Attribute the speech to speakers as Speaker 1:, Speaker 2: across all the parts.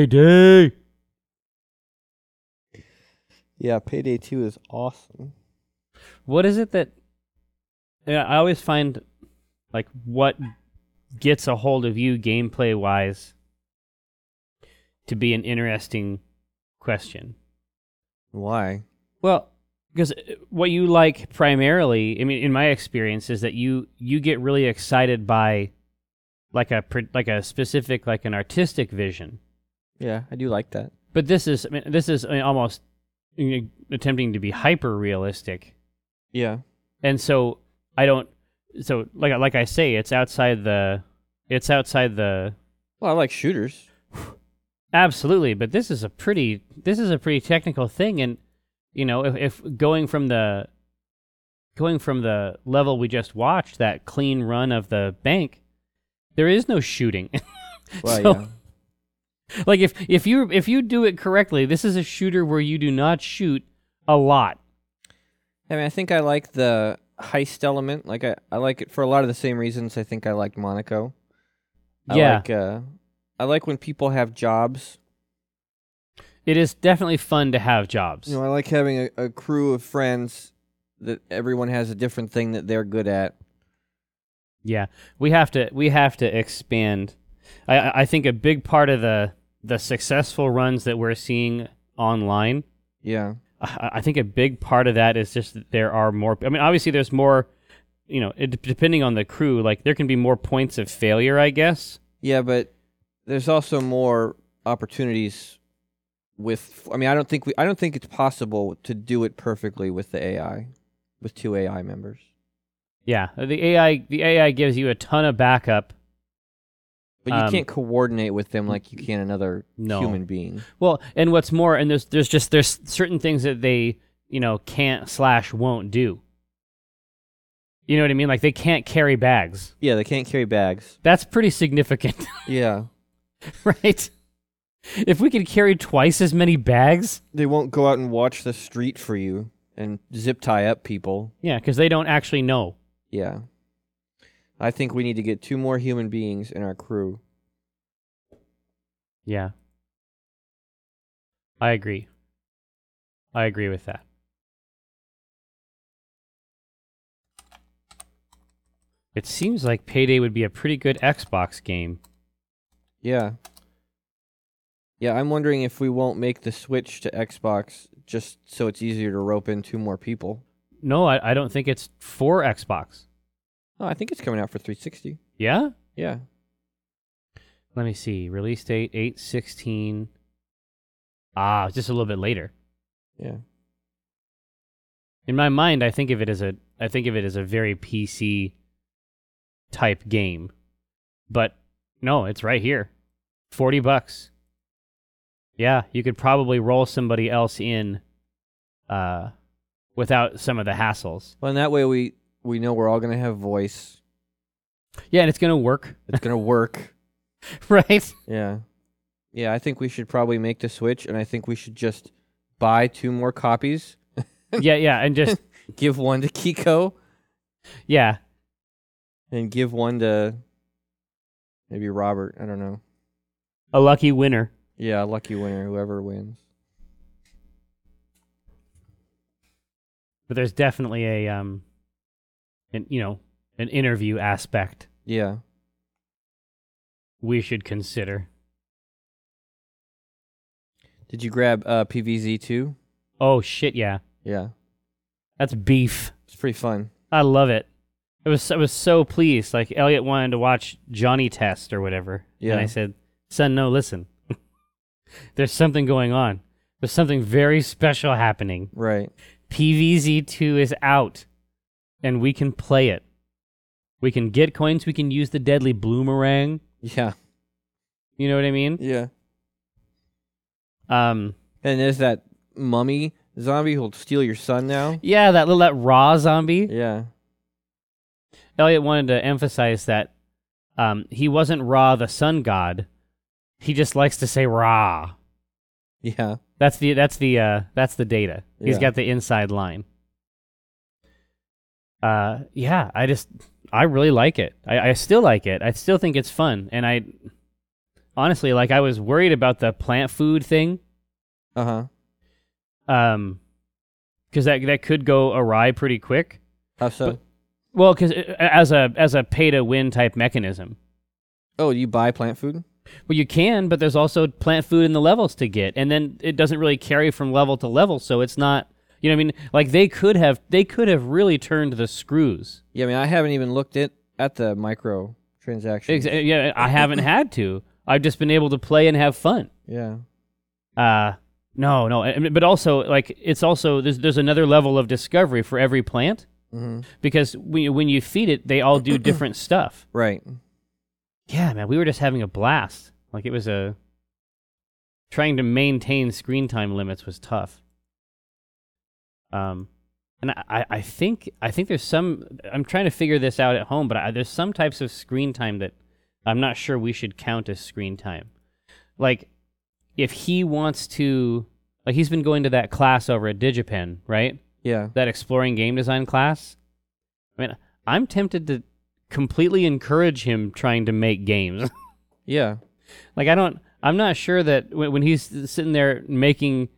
Speaker 1: Payday.
Speaker 2: Yeah, Payday 2 is awesome.
Speaker 3: What is it that yeah, I always find like what gets a hold of you gameplay wise to be an interesting question.
Speaker 2: Why?
Speaker 3: Well, because what you like primarily, I mean, in my experience, is that you you get really excited by like a pr- like a specific like an artistic vision.
Speaker 2: Yeah, I do like that.
Speaker 3: But this is I mean, this is I mean, almost you know, attempting to be hyper realistic,
Speaker 2: Yeah.
Speaker 3: and so I don't. So like I- like I say, it's outside the it's outside the
Speaker 2: Well, I like shooters.
Speaker 3: Absolutely, but this is a pretty this is a pretty technical thing, and you know if, if going from the going from the level we just watched, that clean run of the bank, there is no shooting.
Speaker 2: Well,
Speaker 3: So-
Speaker 2: yeah.
Speaker 3: like if if you if you do it correctly, this is a shooter where you do not shoot a lot.
Speaker 2: I mean, I think I like the heist element. Like, I, I like it for a lot of the same reasons I think I liked Monaco. I
Speaker 3: Yeah.
Speaker 2: Like, uh, I like when people have jobs.
Speaker 3: It is definitely fun to have jobs.
Speaker 2: You know, I like having a, a crew of friends that everyone has a different thing that they're good at.
Speaker 3: Yeah, we have to we have to expand. I- I I think a big part of the the successful runs that we're seeing online
Speaker 2: Yeah.
Speaker 3: I I think a big part of that is just that there are more. I mean, obviously, there's more. You know, it, depending on the crew, like there can be more points of failure, I guess.
Speaker 2: Yeah, but there's also more opportunities with I mean, I don't think we I don't think it's possible to do it perfectly with the AI with two AI members.
Speaker 3: Yeah, the AI the AI gives you a ton of backup.
Speaker 2: But you
Speaker 3: Um,
Speaker 2: can't coordinate with them like you can another
Speaker 3: No.
Speaker 2: human being.
Speaker 3: Well, and what's more, and there's there's just there's certain things that they you know can't slash won't do. You know what I mean? Like they can't carry bags.
Speaker 2: Yeah, they can't carry bags.
Speaker 3: That's pretty significant,
Speaker 2: Yeah.
Speaker 3: right? If we could carry twice as many bags,
Speaker 2: They won't go out and watch the street for you and zip tie up people.
Speaker 3: yeah, because they don't actually know.
Speaker 2: Yeah. I think we need to get two more human beings in our crew.
Speaker 3: Yeah. I agree. I agree with that. It seems like Payday would be a pretty good Xbox game.
Speaker 2: Yeah. Yeah, I'm wondering if we won't make the switch to Xbox just so it's easier to rope in two more people.
Speaker 3: No, I, I don't think it's for Xbox.
Speaker 2: Oh, I think it's coming out for 360.
Speaker 3: Yeah?
Speaker 2: Yeah.
Speaker 3: Let me see. Release date 8 16. Ah, just a little bit later.
Speaker 2: Yeah.
Speaker 3: In my mind, I think of it as a I think of it as a very PC type game. But no, it's right here. 40 bucks. Yeah, you could probably roll somebody else in uh without some of the hassles.
Speaker 2: Well, and that way we we know we're all going to have voice.
Speaker 3: Yeah, and it's going to work,
Speaker 2: It's going to work.
Speaker 3: right?
Speaker 2: Yeah. Yeah, I think we should probably make the switch and I think we should just buy two more copies,
Speaker 3: yeah, yeah, and just
Speaker 2: give one to Kiko
Speaker 3: yeah.
Speaker 2: and give one to maybe Robert, I don't know.
Speaker 3: A lucky winner.
Speaker 2: Yeah, lucky winner whoever wins.
Speaker 3: But there's definitely a um an you know, an interview aspect
Speaker 2: Yeah.
Speaker 3: we should consider.
Speaker 2: Did you grab uh PVZ2?
Speaker 3: Oh shit, yeah.
Speaker 2: Yeah.
Speaker 3: That's beef.
Speaker 2: It's pretty fun.
Speaker 3: I love it. It was I was so pleased. Like Elliot wanted to watch Johnny Test or whatever,
Speaker 2: Yeah.
Speaker 3: and I said, "Son, no, listen. There's something going on. There's something very special happening.
Speaker 2: Right.
Speaker 3: PVZ2 is out, and we can play it. We can get coins. We can use the deadly bloomerang.
Speaker 2: Yeah.
Speaker 3: You know what I mean?
Speaker 2: Yeah.
Speaker 3: Um,
Speaker 2: And there's that mummy zombie who'll steal your son now.
Speaker 3: yeah, that little that raw zombie.
Speaker 2: Yeah.
Speaker 3: Elliot wanted to emphasize that um, he wasn't Ra, the sun god. He just likes to say Ra.
Speaker 2: Yeah.
Speaker 3: That's the that's the uh, that's the data. He's
Speaker 2: Yeah.
Speaker 3: got the inside line. Uh, yeah, I just I really like it. I, I still like it. I still think it's fun, and I honestly, like I was worried about the plant food thing,
Speaker 2: Uh huh.
Speaker 3: um, because that that could go awry pretty quick.
Speaker 2: How so?
Speaker 3: But- Well, because as a as a pay to win type mechanism,
Speaker 2: oh, you buy plant food?
Speaker 3: well, you can, but there's also plant food in the levels to get, and then it doesn't really carry from level to level, so it's not. You know what I mean? Like they could have they could have really turned the screws.
Speaker 2: Yeah, I mean, I haven't even looked at at the micro transaction.
Speaker 3: Ex- uh, yeah, I haven't had to. I've just been able to play and have fun.
Speaker 2: Yeah.
Speaker 3: Uh no, no, I- I mean, but also like it's also there's there's another level of discovery for every plant
Speaker 2: Mm-hmm.
Speaker 3: because when you, when you feed it, they all do different stuff.
Speaker 2: Right.
Speaker 3: Yeah, man, we were just having a blast. Like it was a trying to maintain screen time limits was tough. Um, and I- I, I think I think there's some I'm trying to figure this out at home, but I, there's some types of screen time that I'm not sure we should count as screen time. Like if he wants to, like he's been going to that class over at DigiPen, right?
Speaker 2: Yeah.
Speaker 3: that exploring game design class. I mean, I'm tempted to completely encourage him trying to make games.
Speaker 2: Yeah.
Speaker 3: like I don't I'm not sure that when, when he's sitting there making,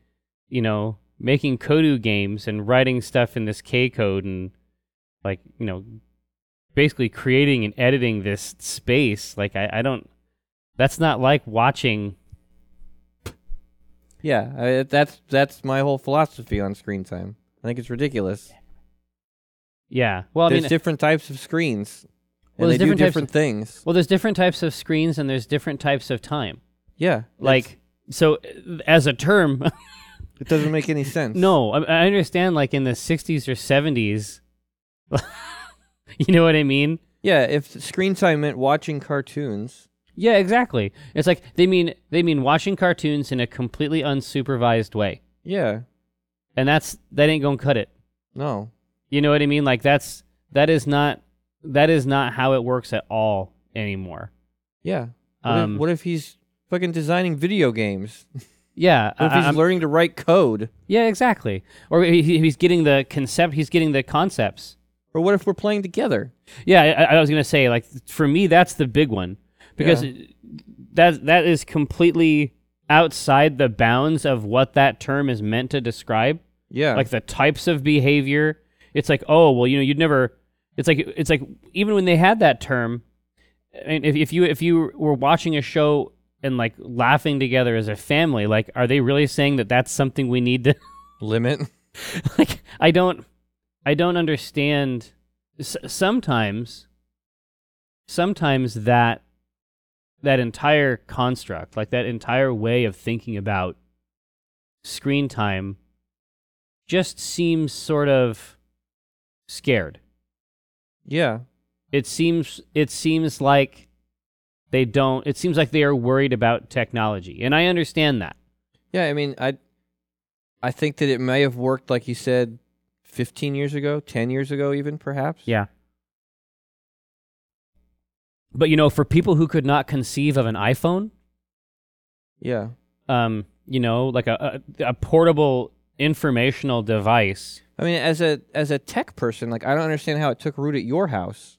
Speaker 3: you know, making Kodu games and writing stuff in this K code and like, you know, basically creating and editing this space, like I, I don't that's not like watching
Speaker 2: Yeah. I, that's that's my whole philosophy on screen time. I think it's ridiculous.
Speaker 3: yeah. Well, I
Speaker 2: there's
Speaker 3: mean,
Speaker 2: different types of screens.
Speaker 3: Well,
Speaker 2: Well,
Speaker 3: there's
Speaker 2: they
Speaker 3: different
Speaker 2: do
Speaker 3: types
Speaker 2: different things.
Speaker 3: well, there's different types of screens and there's different types of time.
Speaker 2: Yeah.
Speaker 3: Like so uh, as a term,
Speaker 2: It doesn't make any sense.
Speaker 3: No, I, I understand. Like in the '60s or '70s, you know what I mean?
Speaker 2: Yeah, if screen time meant watching cartoons,
Speaker 3: Yeah, exactly. It's like they mean they mean watching cartoons in a completely unsupervised way,
Speaker 2: yeah,
Speaker 3: and that's that ain't gonna cut it.
Speaker 2: no.
Speaker 3: You know what I mean? Like that's that is not that is not how it works at all anymore.
Speaker 2: Yeah. What,
Speaker 3: Um,
Speaker 2: if, what if he's fucking designing video games?
Speaker 3: yeah,
Speaker 2: What if
Speaker 3: I-
Speaker 2: he's
Speaker 3: I'm-
Speaker 2: learning to write code?
Speaker 3: yeah, exactly. Or he, he- he's getting the concept. He's getting the concepts.
Speaker 2: Or what if we're playing together?
Speaker 3: Yeah, I, I was gonna say like for me that's the big one because that that is completely outside the bounds of what that term is meant to describe,
Speaker 2: Yeah.
Speaker 3: like the types of behavior. It's like oh well you know you'd never. It's like it's like even when they had that term, and if if you if you were watching a show and like laughing together as a family, like are they really saying that that's something we need to
Speaker 2: limit.
Speaker 3: like I don't I don't understand S- sometimes sometimes that that entire construct like that entire way of thinking about screen time just seems sort of scared
Speaker 2: Yeah.
Speaker 3: it seems it seems like they don't it seems like they are worried about technology and I understand that
Speaker 2: Yeah, I mean, I I think that it may have worked like you said 15 years ago, 10 years ago even perhaps.
Speaker 3: Yeah. But you know, for people who could not conceive of an iPhone,
Speaker 2: Yeah.
Speaker 3: um, you know, like a, a a portable informational device.
Speaker 2: I mean, as a as a tech person, like I don't understand how it took root at your house.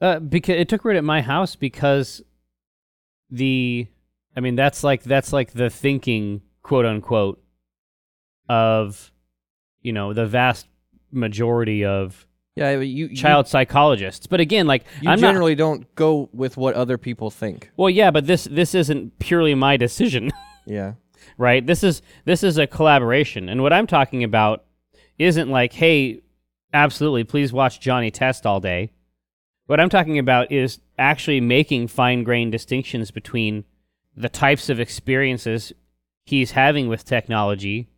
Speaker 3: Uh, because it took root at my house because the, I mean, that's like that's like the thinking, quote unquote, of, you know, the vast majority of
Speaker 2: Yeah, but you you-
Speaker 3: child psychologists. But again, like
Speaker 2: You,
Speaker 3: I'm not.
Speaker 2: generally don't go with what other people think.
Speaker 3: Well, yeah, but this this isn't purely my decision.
Speaker 2: Yeah.
Speaker 3: right this is this is a collaboration and what i'm talking about isn't like hey absolutely please watch johnny test all day what i'm talking about is actually making fine-grained distinctions between the types of experiences he's having with technology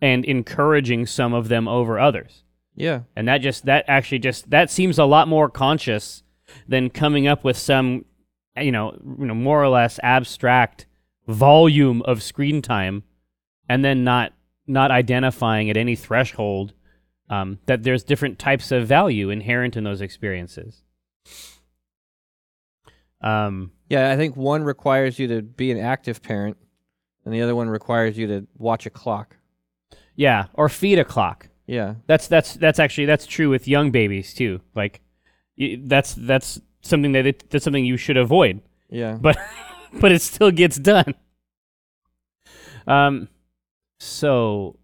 Speaker 3: and encouraging some of them over others
Speaker 2: Yeah.
Speaker 3: and that just that actually just that seems a lot more conscious than coming up with some you know you know more or less abstract volume of screen time and then not not identifying at any threshold um, that there's different types of value inherent in those experiences um
Speaker 2: Yeah, I think one requires you to be an active parent and the other one requires you to watch a clock.
Speaker 3: yeah or feed a clock
Speaker 2: Yeah.
Speaker 3: That's that's that's actually that's true with young babies too. Like y- that's that's something that it, that's something you should avoid
Speaker 2: Yeah.
Speaker 3: but but it still gets done. Um, so,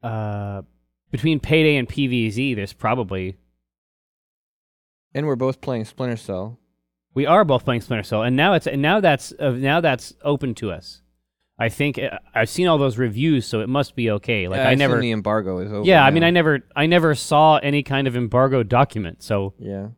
Speaker 3: uh, between Payday and PVZ, there's probably
Speaker 2: And we're both playing Splinter Cell.
Speaker 3: we are both playing Splinter Cell, and now it's and now that's uh, now that's open to us. I think uh, I've seen all those reviews, so it must be okay. Like
Speaker 2: Yeah,
Speaker 3: I,
Speaker 2: assume
Speaker 3: never,
Speaker 2: The embargo is over.
Speaker 3: yeah, I mean,
Speaker 2: now.
Speaker 3: I never, I never saw any kind of embargo document, so
Speaker 2: Yeah.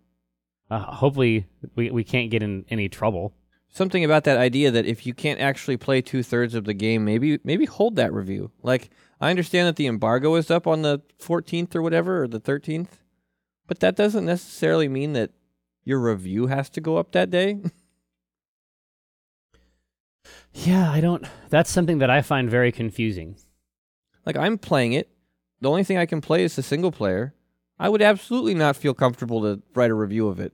Speaker 3: uh, hopefully we we can't get in any trouble.
Speaker 2: Something about that idea that if you can't actually play two thirds of the game, maybe maybe hold that review. Like I understand that the embargo is up on the 14th or whatever or the 13th, but that doesn't necessarily mean that your review has to go up that day.
Speaker 3: Yeah, I don't. That's something that I find very confusing.
Speaker 2: Like I'm playing it. The only thing I can play is the single player. I would absolutely not feel comfortable to write a review of it.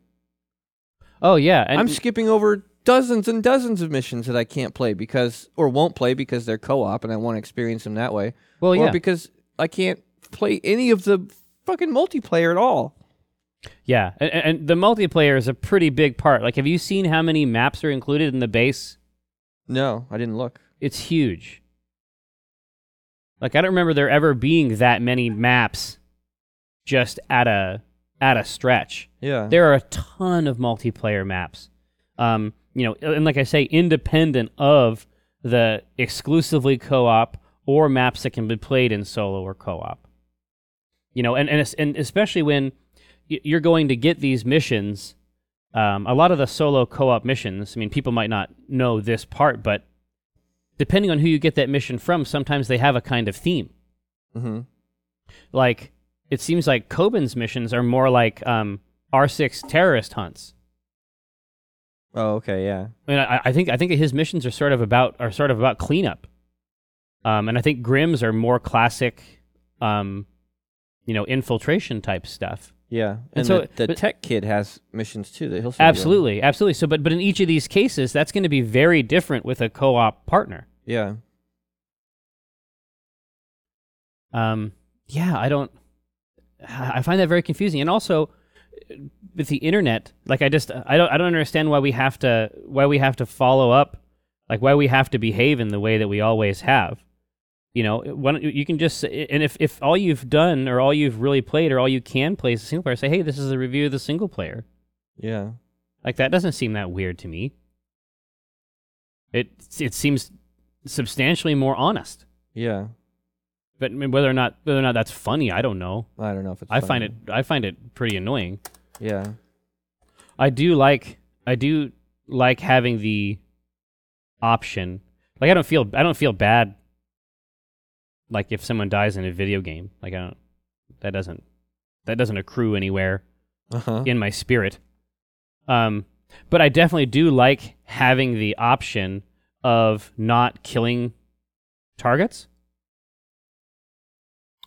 Speaker 3: Oh yeah, and
Speaker 2: I'm skipping over dozens and dozens of missions that I can't play because or won't play because they're co-op and I want to experience them that way.
Speaker 3: well,
Speaker 2: or
Speaker 3: yeah,
Speaker 2: because I can't play any of the fucking multiplayer at all.
Speaker 3: yeah, and, and and the multiplayer is a pretty big part. Like, have you seen how many maps are included in the base?
Speaker 2: No, I didn't look.
Speaker 3: It's huge. Like, I don't remember there ever being that many maps, just at a at a stretch.
Speaker 2: Yeah.
Speaker 3: There are a ton of multiplayer maps. Um, you know, and like I say, independent of the exclusively co-op or maps that can be played in solo or co-op. You know, and and, es- and especially when y- you're going to get these missions, um, a lot of the solo co-op missions. I mean, people might not know this part, but depending on who you get that mission from, sometimes they have a kind of theme
Speaker 2: mm-hmm.
Speaker 3: like it seems like Coben's missions are more like um, R6 terrorist hunts.
Speaker 2: Oh, okay, yeah.
Speaker 3: I mean, I, I think I think his missions are sort of about are sort of about cleanup, um, and I think Grimm's are more classic, um, you know, infiltration type stuff.
Speaker 2: Yeah. And,
Speaker 3: so-
Speaker 2: the, the
Speaker 3: but-
Speaker 2: tech kid has missions too that he'll send you on.
Speaker 3: Absolutely, absolutely. So, but but in each of these cases, that's going to be very different with a co-op partner.
Speaker 2: Yeah.
Speaker 3: Um, yeah, I don't. I find that very confusing, and also uh, with the internet, like I just I don't I don't understand why we have to why we have to follow up, like why we have to behave in the way that we always have. You know, why don't you- you can just and if if all you've done or all you've really played or all you can play is a single player, say hey, this is a review of the single player.
Speaker 2: Yeah.
Speaker 3: Like that doesn't seem that weird to me. It it seems substantially more honest.
Speaker 2: Yeah.
Speaker 3: But I mean, whether or not whether or not that's funny, I don't know.
Speaker 2: I don't know if it's
Speaker 3: I
Speaker 2: funny.
Speaker 3: find it I find it pretty annoying.
Speaker 2: Yeah.
Speaker 3: I do like I do like having the option. Like I don't feel I don't feel bad like if someone dies in a video game. Like I don't that doesn't that doesn't accrue anywhere
Speaker 2: Uh-huh.
Speaker 3: in my spirit. Um but I definitely do like having the option of not killing targets.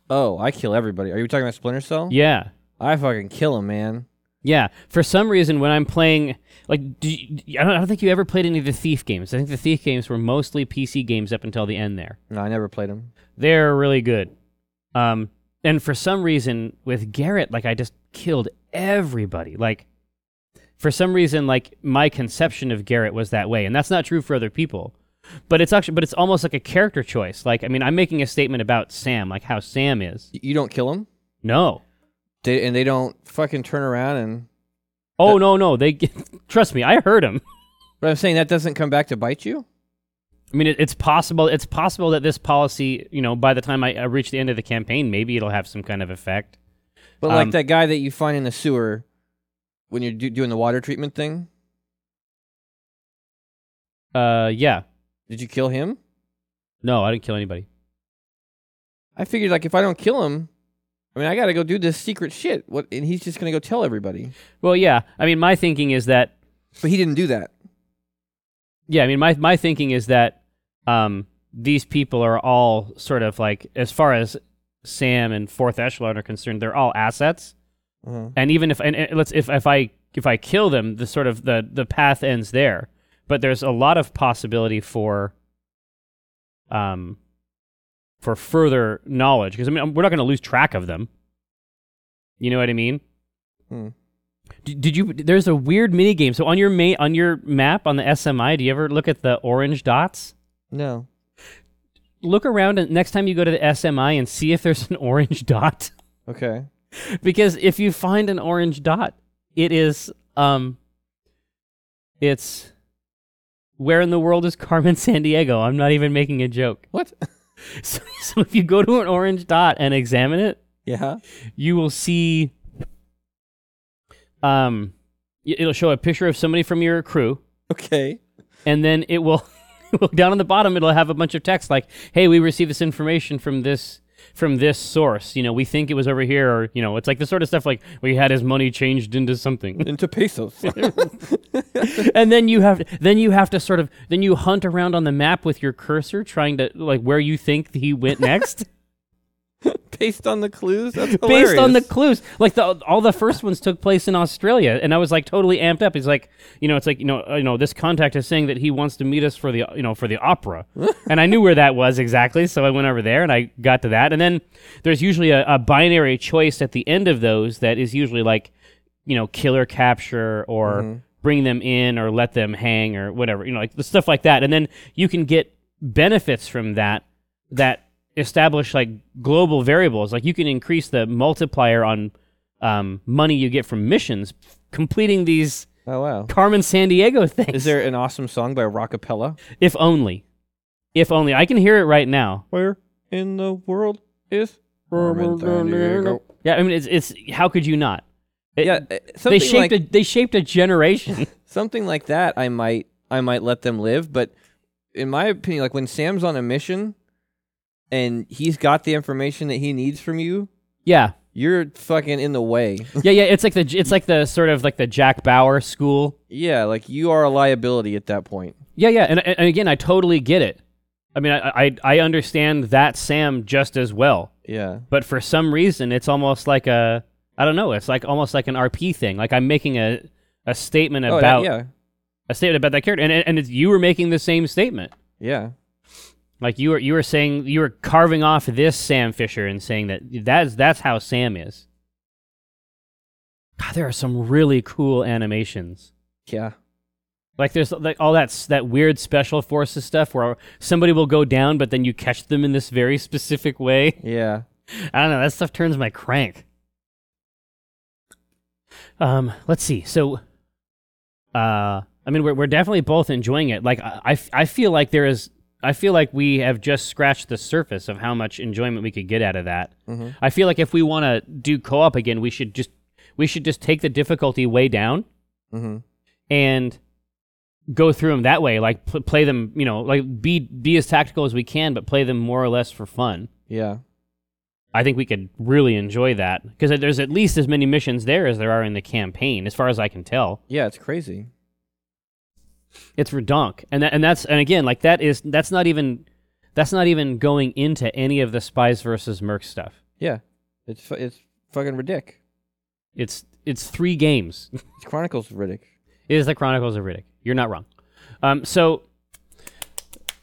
Speaker 2: Oh, I kill everybody. Are you talking about Splinter Cell?
Speaker 3: Yeah.
Speaker 2: I fucking kill him, man.
Speaker 3: Yeah, for some reason when I'm playing, like, do you, I, don't, I don't think you ever played any of the Thief games. I think the Thief games were mostly PC games up until the end. There,
Speaker 2: No, I never played him.
Speaker 3: they're really good. Um, and for some reason with Garrett, like, I just killed everybody. Like, for some reason, like my conception of Garrett was that way, and that's not true for other people. But it's actually, but it's almost like a character choice. Like, I mean, I'm making a statement about Sam, like how Sam is.
Speaker 2: Y- You don't kill him?
Speaker 3: No,
Speaker 2: They, and they don't fucking turn around and.
Speaker 3: oh no, no, they trust me. I heard him.
Speaker 2: But I'm saying that doesn't come back to bite you?
Speaker 3: I mean, it, it's possible. It's possible that this policy, you know, by the time I, I reach the end of the campaign, maybe it'll have some kind of effect.
Speaker 2: But like
Speaker 3: Um,
Speaker 2: that guy that you find in the sewer when you're do- doing the water treatment thing,
Speaker 3: Uh, yeah.
Speaker 2: did you kill him?
Speaker 3: No, I didn't kill anybody.
Speaker 2: I figured like if I don't kill him, I mean I gotta go do this secret shit. What and he's just gonna go tell everybody.
Speaker 3: Well, yeah. I mean, my thinking is that.
Speaker 2: But he didn't do that.
Speaker 3: Yeah, I mean, my my thinking is that um, these people are all sort of like, as far as Sam and Fourth Echelon are concerned, they're all assets.
Speaker 2: Uh-huh.
Speaker 3: And even if and, and let's if if I if I kill them, the sort of the the path ends there. But there's a lot of possibility for um for further knowledge because I mean we're not going to lose track of them. You know what I mean?
Speaker 2: Hmm.
Speaker 3: D- Did you? There's a weird mini game. So on your ma- on your map on the SMI, do you ever look at the orange dots?
Speaker 2: No.
Speaker 3: Look around and next time you go to the SMI and see if there's an orange dot.
Speaker 2: Okay.
Speaker 3: because if you find an orange dot, it is um, it's where in the world is Carmen San Diego? I'm not even making a joke.
Speaker 2: What?
Speaker 3: So, so if you go to an orange dot and examine it,
Speaker 2: yeah.
Speaker 3: you will see um y- it'll show a picture of somebody from your crew
Speaker 2: Okay.
Speaker 3: and then it will it will- down on the bottom it'll have a bunch of text like hey we received this information from this from this source you know we think it was over here or you know it's like the sort of stuff like we had his money changed into something
Speaker 2: Into pesos.
Speaker 3: and then you have then you have to sort of then you hunt around on the map with your cursor trying to like where you think he went next
Speaker 2: Based on the clues? That's hilarious.
Speaker 3: based on the clues. Like the all the first ones took place in Australia, and I was like totally amped up. He's like, you know, it's like you know, uh, you know, this contact is saying that he wants to meet us for the you know for the opera, and I knew where that was exactly, so I went over there and I got to that. And then there's usually a, a binary choice at the end of those that is usually like, you know, kill or capture or. Bring them in or let them hang or whatever, you know, like the stuff like that. And then you can get benefits from that that establish like global variables. Like you can increase the multiplier on um, money you get from missions f- completing these
Speaker 2: Oh, wow.
Speaker 3: Carmen San Diego things.
Speaker 2: Is there an awesome song by Rockapella?
Speaker 3: If only, if only I can hear it right now.
Speaker 2: Where in the world is
Speaker 3: Yeah, I mean it's it's how could you not? It-
Speaker 2: Yeah, eh,
Speaker 3: they
Speaker 2: something
Speaker 3: shaped
Speaker 2: like
Speaker 3: a they shaped a generation.
Speaker 2: something like that. I might I might let them live, but in my opinion, like when Sam's on a mission and he's got the information that he needs from you,
Speaker 3: yeah,
Speaker 2: you're fucking in the way.
Speaker 3: yeah, yeah. It's like the it's like the sort of like the Jack Bauer school
Speaker 2: yeah, like you are a liability at that point.
Speaker 3: Yeah, yeah, and, and again, I totally get it. I mean, I, I I understand that Sam just as well,
Speaker 2: Yeah.
Speaker 3: but for some reason, it's almost like a I don't know. It's like almost like an RP thing. Like I'm making a a statement
Speaker 2: Oh, that-
Speaker 3: about
Speaker 2: yeah.
Speaker 3: a statement about that character, and and it's, you were making the same statement.
Speaker 2: Yeah.
Speaker 3: Like you were you were saying you were carving off this Sam Fisher and saying that that's that's how Sam is. God, there are some really cool animations.
Speaker 2: Yeah.
Speaker 3: Like there's like all that s- that weird special forces stuff where somebody will go down, but then you catch them in this very specific way.
Speaker 2: Yeah.
Speaker 3: I don't know. That stuff turns my crank. Um, let's see. So, uh, I mean, we're we're definitely both enjoying it. Like I I f- I feel like there is. I feel like we have just scratched the surface of how much enjoyment we could get out of that.
Speaker 2: Mhm.
Speaker 3: I feel like if we want to do co-op again, we should just we should just take the difficulty way down
Speaker 2: Mhm.
Speaker 3: and go through them that way like pl- play them you know like be be as tactical as we can but play them more or less for fun
Speaker 2: Yeah.
Speaker 3: i think we could really enjoy that because there's at least as many missions there as there are in the campaign as far as i can tell
Speaker 2: Yeah, it's crazy.
Speaker 3: it's redonk and that, and that's and again like that is that's not even that's not even going into any of the spies versus merc stuff
Speaker 2: Yeah. It's fu- it's fucking ridic.
Speaker 3: it's it's three games
Speaker 2: It's Chronicles of Riddick.
Speaker 3: It is the Chronicles of Riddick. You're not wrong. Um, so,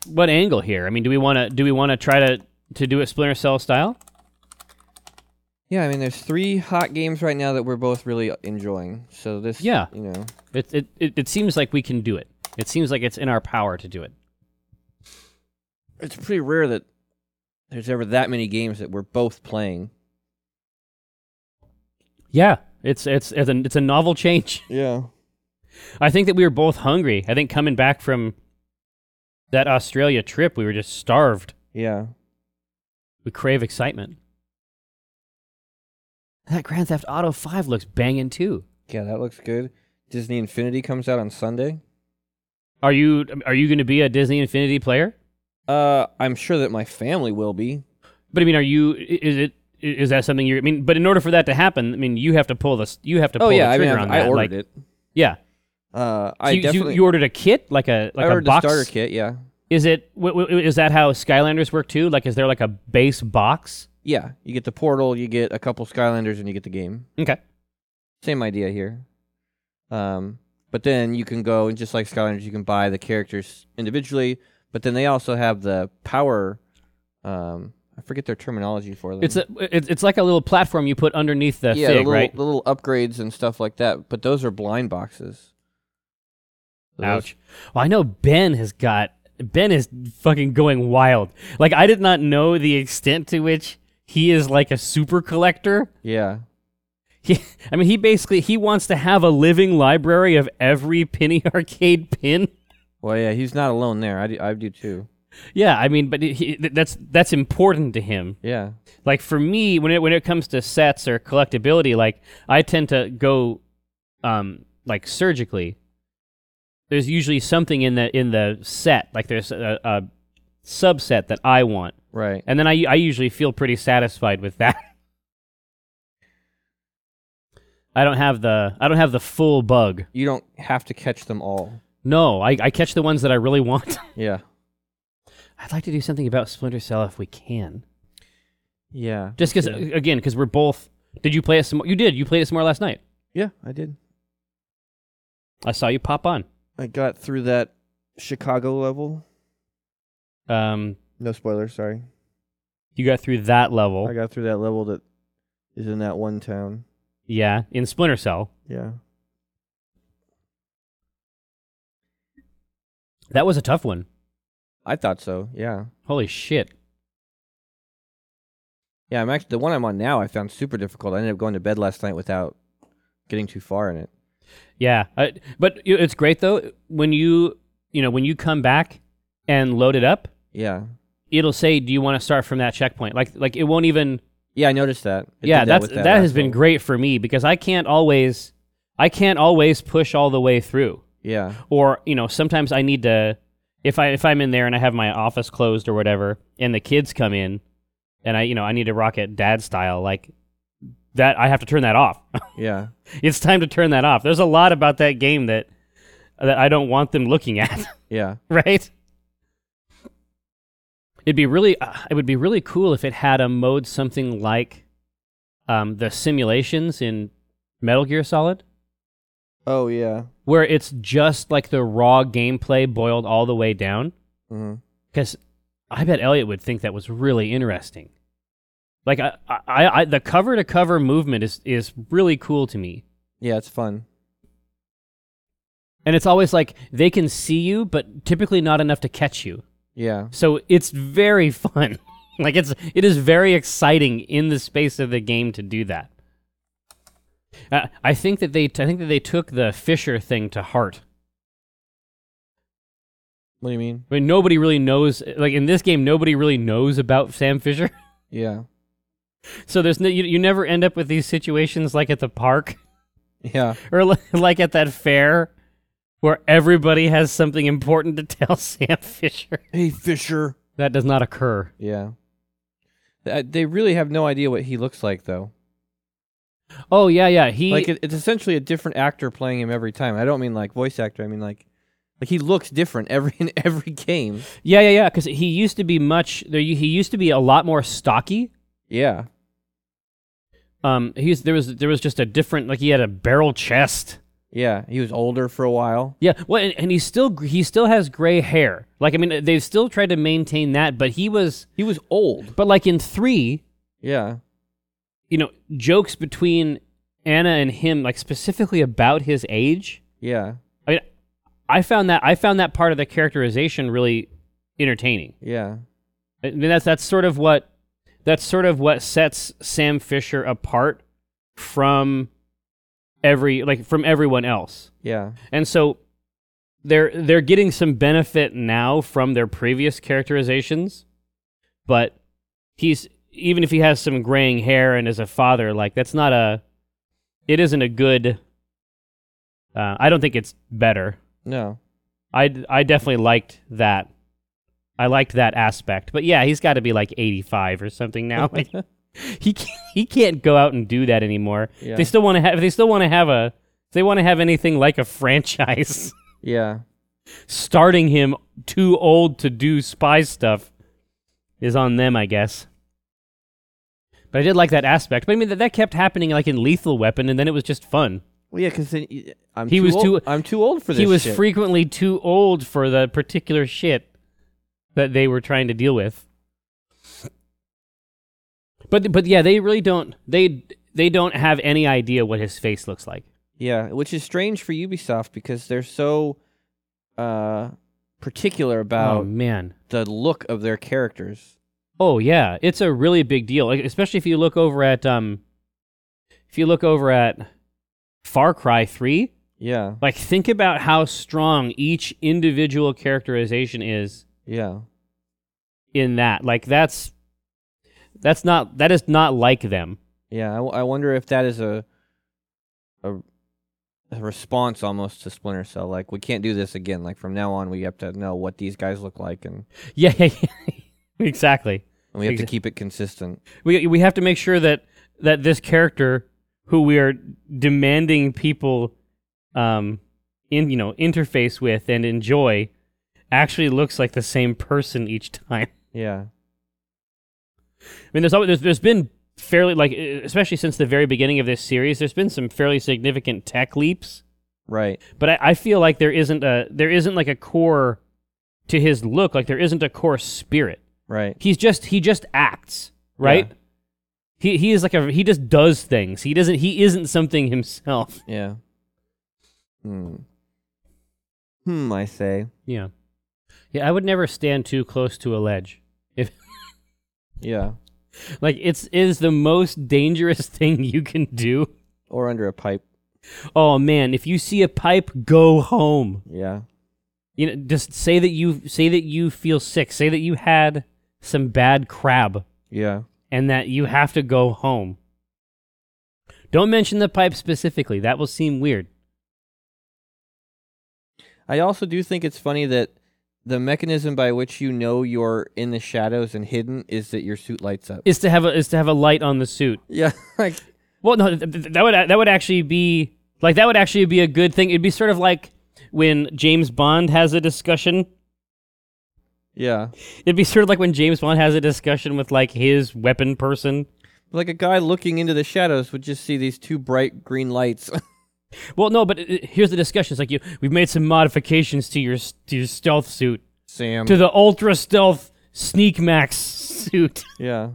Speaker 3: what angle here? I mean, do we want to do we want to try to to do it Splinter Cell style?
Speaker 2: Yeah, I mean there's three hot games right now that we're both really enjoying. So this
Speaker 3: Yeah.
Speaker 2: you know.
Speaker 3: It it it, it seems like we can do it. It seems like it's in our power to do it.
Speaker 2: it's pretty rare that there's ever that many games that we're both playing.
Speaker 3: Yeah, it's it's it's a, it's a novel change.
Speaker 2: Yeah.
Speaker 3: I think that we were both hungry. I think coming back from that Australia trip, we were just starved.
Speaker 2: Yeah.
Speaker 3: We crave excitement. That Grand Theft Auto 5 looks banging too.
Speaker 2: Yeah, that looks good. Disney Infinity comes out on Sunday.
Speaker 3: Are you are you going to be a Disney Infinity player?
Speaker 2: Uh, I'm sure that my family will be.
Speaker 3: But I mean, are you? i- Is it? i- Is that something you're? I mean, but in order for that to happen, I mean, you have to pull this. You have to. Pull
Speaker 2: Oh yeah,
Speaker 3: the
Speaker 2: I mean,
Speaker 3: trigger
Speaker 2: I,
Speaker 3: on
Speaker 2: I
Speaker 3: that.
Speaker 2: ordered
Speaker 3: like,
Speaker 2: it.
Speaker 3: Yeah,
Speaker 2: Uh,
Speaker 3: So
Speaker 2: I
Speaker 3: you, you-
Speaker 2: definitely
Speaker 3: you ordered a kit, like a like
Speaker 2: I
Speaker 3: a
Speaker 2: ordered
Speaker 3: box.
Speaker 2: the starter kit. Yeah.
Speaker 3: Is it? W- w- is that how Skylanders work too? Like, is there like a base box?
Speaker 2: Yeah, you get the portal, you get a couple Skylanders, and you get the game.
Speaker 3: Okay.
Speaker 2: Same idea here. Um, but then you can go and just like Skylanders, you can buy the characters individually. But then they also have the power. Um, I forget their terminology for them.
Speaker 3: It's a, it, it's like a little platform you put underneath the
Speaker 2: yeah, the
Speaker 3: thing,
Speaker 2: little,
Speaker 3: right?
Speaker 2: the little upgrades and stuff like that. But those are blind boxes. Those-
Speaker 3: Ouch. Well, I know Ben has got Ben is fucking going wild. Like I did not know the extent to which he is like a super collector.
Speaker 2: Yeah.
Speaker 3: He, I mean, he basically he wants to have a living library of every penny arcade pin.
Speaker 2: Well, yeah, he's not alone there. I do, I do too.
Speaker 3: Yeah, I mean, but he, th- that's that's important to him.
Speaker 2: Yeah.
Speaker 3: Like for me, when it when it comes to sets or collectability, like I tend to go, um, like surgically. There's usually something in the in the set, like there's a, a subset that I want,
Speaker 2: Right.
Speaker 3: and then I I usually feel pretty satisfied with that. I don't have the I don't have the full bug.
Speaker 2: You don't have to catch them all.
Speaker 3: No, I, I catch the ones that I really want.
Speaker 2: Yeah.
Speaker 3: I'd like to do something about Splinter Cell if we can.
Speaker 2: Yeah.
Speaker 3: Just because,
Speaker 2: Yeah.
Speaker 3: again, because we're both. Did you play it some more? You did. You played it some more last night.
Speaker 2: Yeah, I did.
Speaker 3: I saw you pop on.
Speaker 2: I got through that Chicago level.
Speaker 3: Um,
Speaker 2: No spoilers, sorry.
Speaker 3: you got through that level.
Speaker 2: I got through that level that is in that one town.
Speaker 3: yeah, in Splinter Cell.
Speaker 2: Yeah.
Speaker 3: That was a tough one.
Speaker 2: I thought so. Yeah.
Speaker 3: Holy shit.
Speaker 2: Yeah, I'm actually the one I'm on now. I found super difficult. I ended up going to bed last night without getting too far in it.
Speaker 3: Yeah, I, but you- it's great though when you you know when you come back and load it up,
Speaker 2: Yeah.
Speaker 3: it'll say, "Do you want to start from that checkpoint?" Like like it won't even.
Speaker 2: Yeah, I noticed that. It
Speaker 3: yeah,
Speaker 2: did
Speaker 3: that's
Speaker 2: with
Speaker 3: that,
Speaker 2: last
Speaker 3: has been
Speaker 2: level.
Speaker 3: great for me because I can't always I can't always push all the way through.
Speaker 2: Yeah.
Speaker 3: or you know sometimes i need to if i if i'm in there and i have my office closed or whatever and the kids come in and i you know i need to rock it dad style like that i have to turn that off
Speaker 2: Yeah.
Speaker 3: it's time to turn that off there's a lot about that game that that i don't want them looking at
Speaker 2: Yeah.
Speaker 3: right it'd be really uh, it would be really cool if it had a mode something like um, the simulations in metal gear solid
Speaker 2: Oh yeah.
Speaker 3: where it's just like the raw gameplay boiled all the way down
Speaker 2: hmm
Speaker 3: because I bet Elliot would think that was really interesting. Like I, I, I the cover to cover movement is is really cool to me,
Speaker 2: Yeah, it's fun.
Speaker 3: and it's always like they can see you, but typically not enough to catch you.
Speaker 2: Yeah.
Speaker 3: So it's very fun. like it's it is very exciting in the space of the game to do that. Uh, I think that they I think that they took the Fisher thing to heart.
Speaker 2: What do you mean?
Speaker 3: I mean, nobody really knows. Like in this game, nobody really knows about Sam Fisher.
Speaker 2: Yeah.
Speaker 3: So there's no, you, you never end up with these situations like at the park
Speaker 2: Yeah.
Speaker 3: or li- like at that fair where everybody has something important to tell Sam Fisher.
Speaker 2: Hey Fisher.
Speaker 3: That does not occur.
Speaker 2: Yeah. Th- uh, They really have no idea what he looks like though.
Speaker 3: Oh yeah, yeah. He
Speaker 2: like it, it's essentially a different actor playing him every time. I don't mean like voice actor. I mean like like he looks different every in every game.
Speaker 3: yeah, yeah, yeah. Because he used to be much. There, he used to be a lot more stocky.
Speaker 2: Yeah.
Speaker 3: Um, he's there was there was just a different like he had a barrel chest.
Speaker 2: Yeah. He was older for a while.
Speaker 3: Yeah, well, and, and he still gr- he still has gray hair. Like I mean, they've still tried to maintain that, but he was
Speaker 2: He was old.
Speaker 3: but like in three,
Speaker 2: Yeah.
Speaker 3: you know, jokes between Anna and him, like specifically about his age.
Speaker 2: Yeah.
Speaker 3: I mean, I found that I found that part of the characterization really entertaining.
Speaker 2: Yeah.
Speaker 3: I mean, that's that's sort of what that's sort of what sets Sam Fisher apart from every like from everyone else.
Speaker 2: Yeah.
Speaker 3: And so they're they're getting some benefit now from their previous characterizations, but he's even if he has some graying hair and is a father, like that's not a it isn't a good uh, I don't think it's better.
Speaker 2: No.
Speaker 3: I, d- I definitely liked that. I liked that aspect. But yeah, he's got to be like 85 or something now. Like, he can't, he can't go out and do that anymore.
Speaker 2: Yeah.
Speaker 3: If they still want to have if they still want to have a if they want to have anything like a franchise
Speaker 2: Yeah.
Speaker 3: starting him too old to do spy stuff is on them, I guess. But I did like that aspect. But I mean, that, that kept happening like in Lethal Weapon, and then it was just fun.
Speaker 2: Well, yeah, because then y- I'm
Speaker 3: He
Speaker 2: too
Speaker 3: was
Speaker 2: old.
Speaker 3: too-
Speaker 2: I'm too old for this.
Speaker 3: He was
Speaker 2: shit.
Speaker 3: frequently too old for the particular shit that they were trying to deal with. But but yeah, they really don't they they don't have any idea what his face looks like.
Speaker 2: Yeah, which is strange for Ubisoft because they're so uh, particular about
Speaker 3: oh man.
Speaker 2: the look of their characters.
Speaker 3: Oh yeah, it's a really big deal, like, especially if you look over at um, if you look over at Far Cry Three.
Speaker 2: Yeah,
Speaker 3: Like, think about how strong each individual characterization is
Speaker 2: yeah,
Speaker 3: in that. Like, that's that's not that is not like them.
Speaker 2: yeah. I, w- I wonder if that is a, a a response almost to Splinter Cell. Like we can't do this again. Like from now on, we have to know what these guys look like, and,
Speaker 3: Yeah, yeah, yeah. exactly.
Speaker 2: and we have to
Speaker 3: Exa-
Speaker 2: keep it consistent.
Speaker 3: We we have to make sure that that this character who we are demanding people um in you know interface with and enjoy actually looks like the same person each time.
Speaker 2: Yeah,
Speaker 3: I mean, there's always there's, there's been fairly like e- especially since the very beginning of this series, there's been some fairly significant tech leaps.
Speaker 2: right.
Speaker 3: But I, I feel like there isn't a there isn't like a core to his look. Like there isn't a core spirit.
Speaker 2: Right.
Speaker 3: He's just he just acts right.
Speaker 2: Yeah.
Speaker 3: He he is like a he just does things. He doesn't he isn't something himself.
Speaker 2: Yeah. Hmm. Hmm. I say.
Speaker 3: Yeah, yeah. I would never stand too close to a ledge. If
Speaker 2: Yeah.
Speaker 3: like it's it is the most dangerous thing you can do.
Speaker 2: Or under a pipe.
Speaker 3: Oh man, if you see a pipe, go home.
Speaker 2: Yeah.
Speaker 3: you know just say that you say that you feel sick say that you had some bad crab
Speaker 2: Yeah.
Speaker 3: and that you have to go home don't mention the pipe specifically that will seem weird
Speaker 2: I also do think it's funny that the mechanism by which you know you're in the shadows and hidden is that your suit lights up.
Speaker 3: is to have a is to have a light on the suit
Speaker 2: Yeah, like
Speaker 3: well no th- th- that would that would actually be like that would actually be a good thing it'd be sort of like when James Bond has a discussion
Speaker 2: yeah,
Speaker 3: it'd be sort of like when James Bond has a discussion with like his weapon person
Speaker 2: like a guy looking into the shadows would just see these two bright green lights.
Speaker 3: well no but uh, here's the discussion it's like you we've made some modifications to your s- to your stealth suit
Speaker 2: Sam.
Speaker 3: to the ultra stealth sneak max suit
Speaker 2: yeah,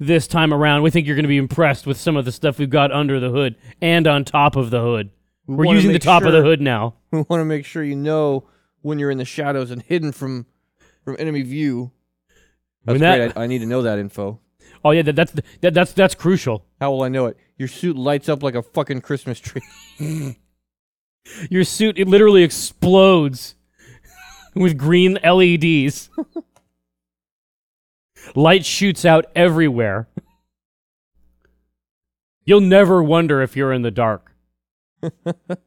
Speaker 3: this time around. We think you're going to be impressed with some of the stuff we've got under the hood and on top of the hood.
Speaker 2: We
Speaker 3: We're
Speaker 2: wanna
Speaker 3: using the
Speaker 2: make
Speaker 3: top of the
Speaker 2: sure-
Speaker 3: hood now.
Speaker 2: We want to make sure you know when you're in the shadows and hidden from from enemy view. That's
Speaker 3: When that-
Speaker 2: great. I, I need to know that info.
Speaker 3: Oh yeah, that, that's the- that, that's that's crucial.
Speaker 2: How will I know it? Your suit lights up like a fucking Christmas tree.
Speaker 3: Your suit it literally explodes with green E LEDs. Light shoots out everywhere. You'll never wonder if you're in the dark.
Speaker 2: Look- look-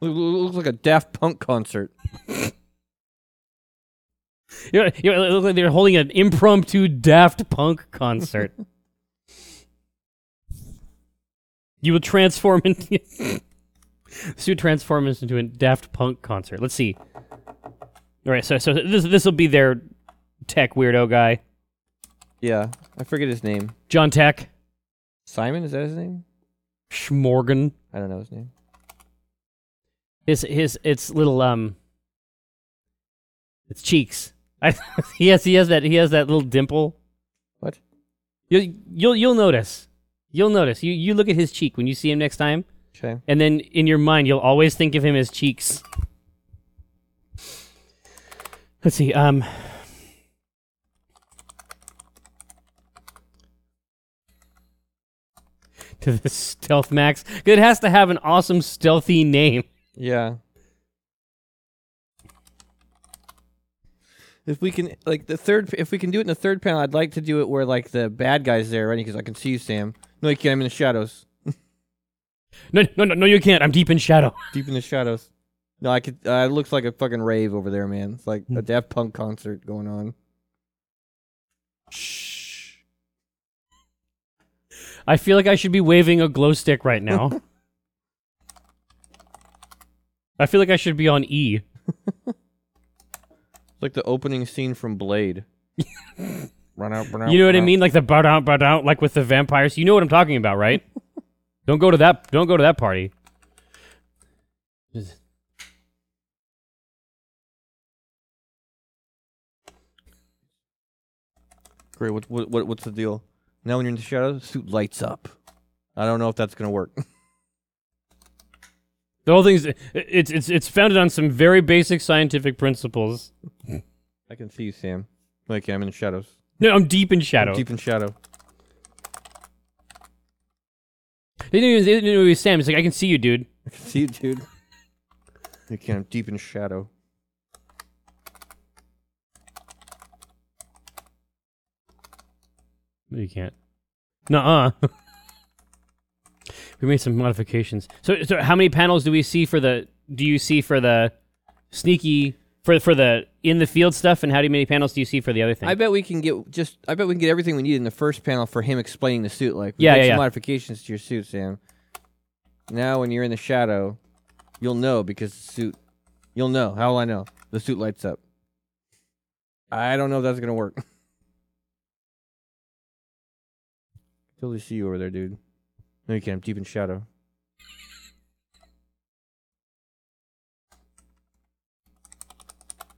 Speaker 2: Looks like a Daft Punk concert.
Speaker 3: You know, you know, it looked like they were holding an impromptu Daft Punk concert. you will transform into. Sue transforms into a Daft Punk concert. Let's see. All right, so so this this will be their tech weirdo guy,
Speaker 2: Yeah, I forget his name.
Speaker 3: John Tech
Speaker 2: Simon is that his name?
Speaker 3: Schmorgan.
Speaker 2: I don't know his name.
Speaker 3: His his it's little um. It's cheeks. I, he has he has that he has that little dimple.
Speaker 2: What?
Speaker 3: You'll you'll you'll notice. You'll notice. You you look at his cheek when you see him next time,
Speaker 2: Okay.
Speaker 3: and then in your mind you'll always think of him as cheeks. Let's see. Um. To the stealth max. It has to have an awesome stealthy name.
Speaker 2: Yeah. If we can, like the third, if we can do it in the third panel, I'd like to do it where like the bad guy's there, right? Because I can see you, Sam. No, you can't. I'm in the shadows,
Speaker 3: No, no, no, no, you can't. I'm deep in shadow.
Speaker 2: deep in the shadows. No, I could. Uh, it looks like a fucking rave over there, man. It's like
Speaker 3: Hmm.
Speaker 2: a Daft Punk concert going on. Shh.
Speaker 3: I feel like I should be waving a glow stick right now. I feel like I should be on E.
Speaker 2: It's like the opening scene from Blade. run out, run out.
Speaker 3: You know what I
Speaker 2: run out.
Speaker 3: mean? Like the bow down, bow down, like with the vampires. You know what I'm talking about, right? don't go to that. Don't go to that party.
Speaker 2: Great. What, what, what, what's the deal? Now when you're in the shadows, suit lights up. I don't know if that's gonna work.
Speaker 3: The whole thing's it's it's it's founded on some very basic scientific principles.
Speaker 2: I can see you, Sam. Like I'm in the shadows.
Speaker 3: No, I'm deep in
Speaker 2: I'm
Speaker 3: shadow.
Speaker 2: Deep in shadow.
Speaker 3: They didn't even they didn't even it was Sam. It's like I can see you, dude.
Speaker 2: I can see you, dude. You can. I'm deep in shadow.
Speaker 3: No, you can't. Nuh uh. we made some modifications. So, so how many panels do we see for the? Do you see for the sneaky for for the in the field stuff? And how many panels do you see for the other thing?
Speaker 2: I bet we can get just. I bet we can get everything we need in the first panel for him explaining the suit. Like, we
Speaker 3: Yeah,
Speaker 2: made
Speaker 3: yeah,
Speaker 2: some
Speaker 3: yeah.
Speaker 2: modifications to your suit, Sam. Now, when you're in the shadow, you'll know because the suit. You'll know. How will I know? The suit lights up. I don't know if that's gonna work. Totally see you over there, dude. No, you can't. I'm deep in shadow.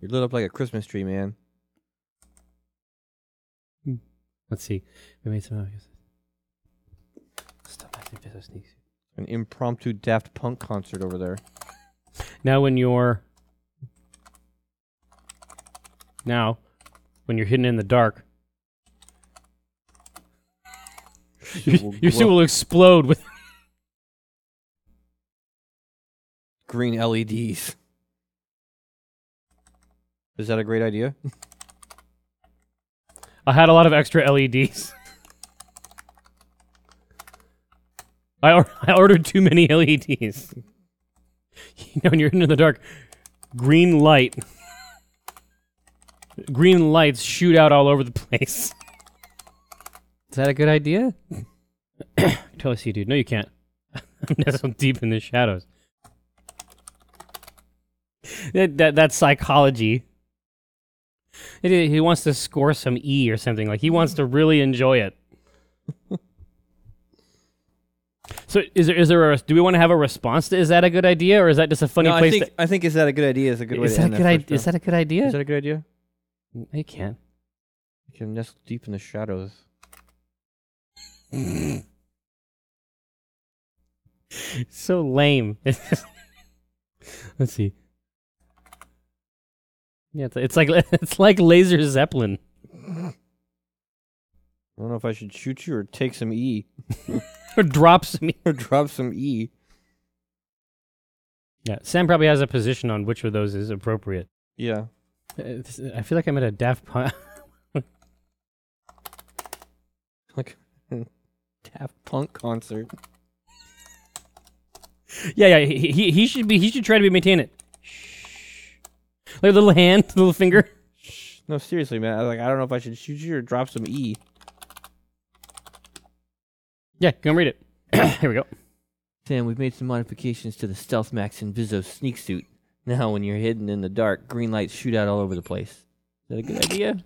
Speaker 2: You're lit up like a Christmas tree, man.
Speaker 3: Let's see. We made some modifications. Stop acting as a sneak.
Speaker 2: an impromptu Daft Punk concert over there.
Speaker 3: Now, when you're now when you're hidden in the dark, your suit will explode with
Speaker 2: green E LEDs. Is that a great idea?
Speaker 3: I had a lot of extra E LEDs. I, or- I ordered too many LEDs. You know, when you're in the dark, green light. Green lights shoot out all over the place. Is that a good idea? totally see, dude. No, you can't. I'm nestled deep in the shadows. That, that, that's psychology. It is- He wants to score some E or something. Like he wants to really enjoy it. so is there is there a do we want to have a response to is that a good idea or is that just a funny
Speaker 2: no, I
Speaker 3: place?
Speaker 2: think I think is that a good idea is a good
Speaker 3: to,
Speaker 2: way
Speaker 3: is
Speaker 2: to
Speaker 3: that
Speaker 2: end
Speaker 3: a good idea?
Speaker 2: first
Speaker 3: Is that a good
Speaker 2: round.
Speaker 3: idea?
Speaker 2: Is that a good idea?
Speaker 3: I can't.
Speaker 2: You can nestle deep in the shadows.
Speaker 3: so lame. Let's see. Yeah, it's, it's like it's like Laser Zeppelin.
Speaker 2: I don't know if I should shoot you or take some E
Speaker 3: or drops me.
Speaker 2: or drop some E.
Speaker 3: Yeah, Sam probably has a position on which of those is appropriate.
Speaker 2: Yeah.
Speaker 3: Uh, this- I feel like I'm at a Daft Punk.
Speaker 2: Like Daft Punk concert.
Speaker 3: yeah, yeah. He, he he should be. He should try to be maintain it. Shh. Like a little hand, little finger.
Speaker 2: No, seriously, man. I, like I don't know if I should shoot you or drop some E.
Speaker 3: Yeah, come read it. Here we go.
Speaker 2: Sam, we've made some modifications to the Stealth Max Inviso sneak suit. Now, when you're hidden in the dark, green lights shoot out all over the place. Is that a good idea?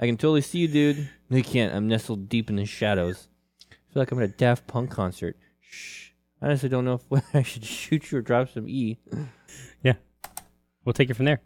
Speaker 2: I can totally see you, dude. No, you can't. I'm nestled deep in the shadows. I feel like I'm at a Daft Punk concert. Shh. I honestly don't know if whether I should shoot you or drop some E.
Speaker 3: We'll take it from there.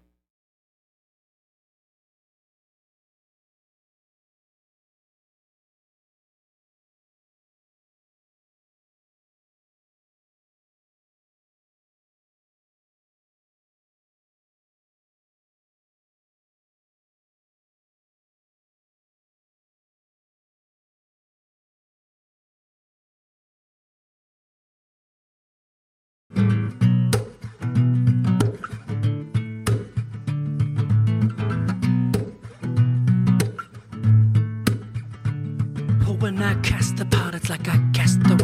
Speaker 1: But when I cast the pot, it's like I cast the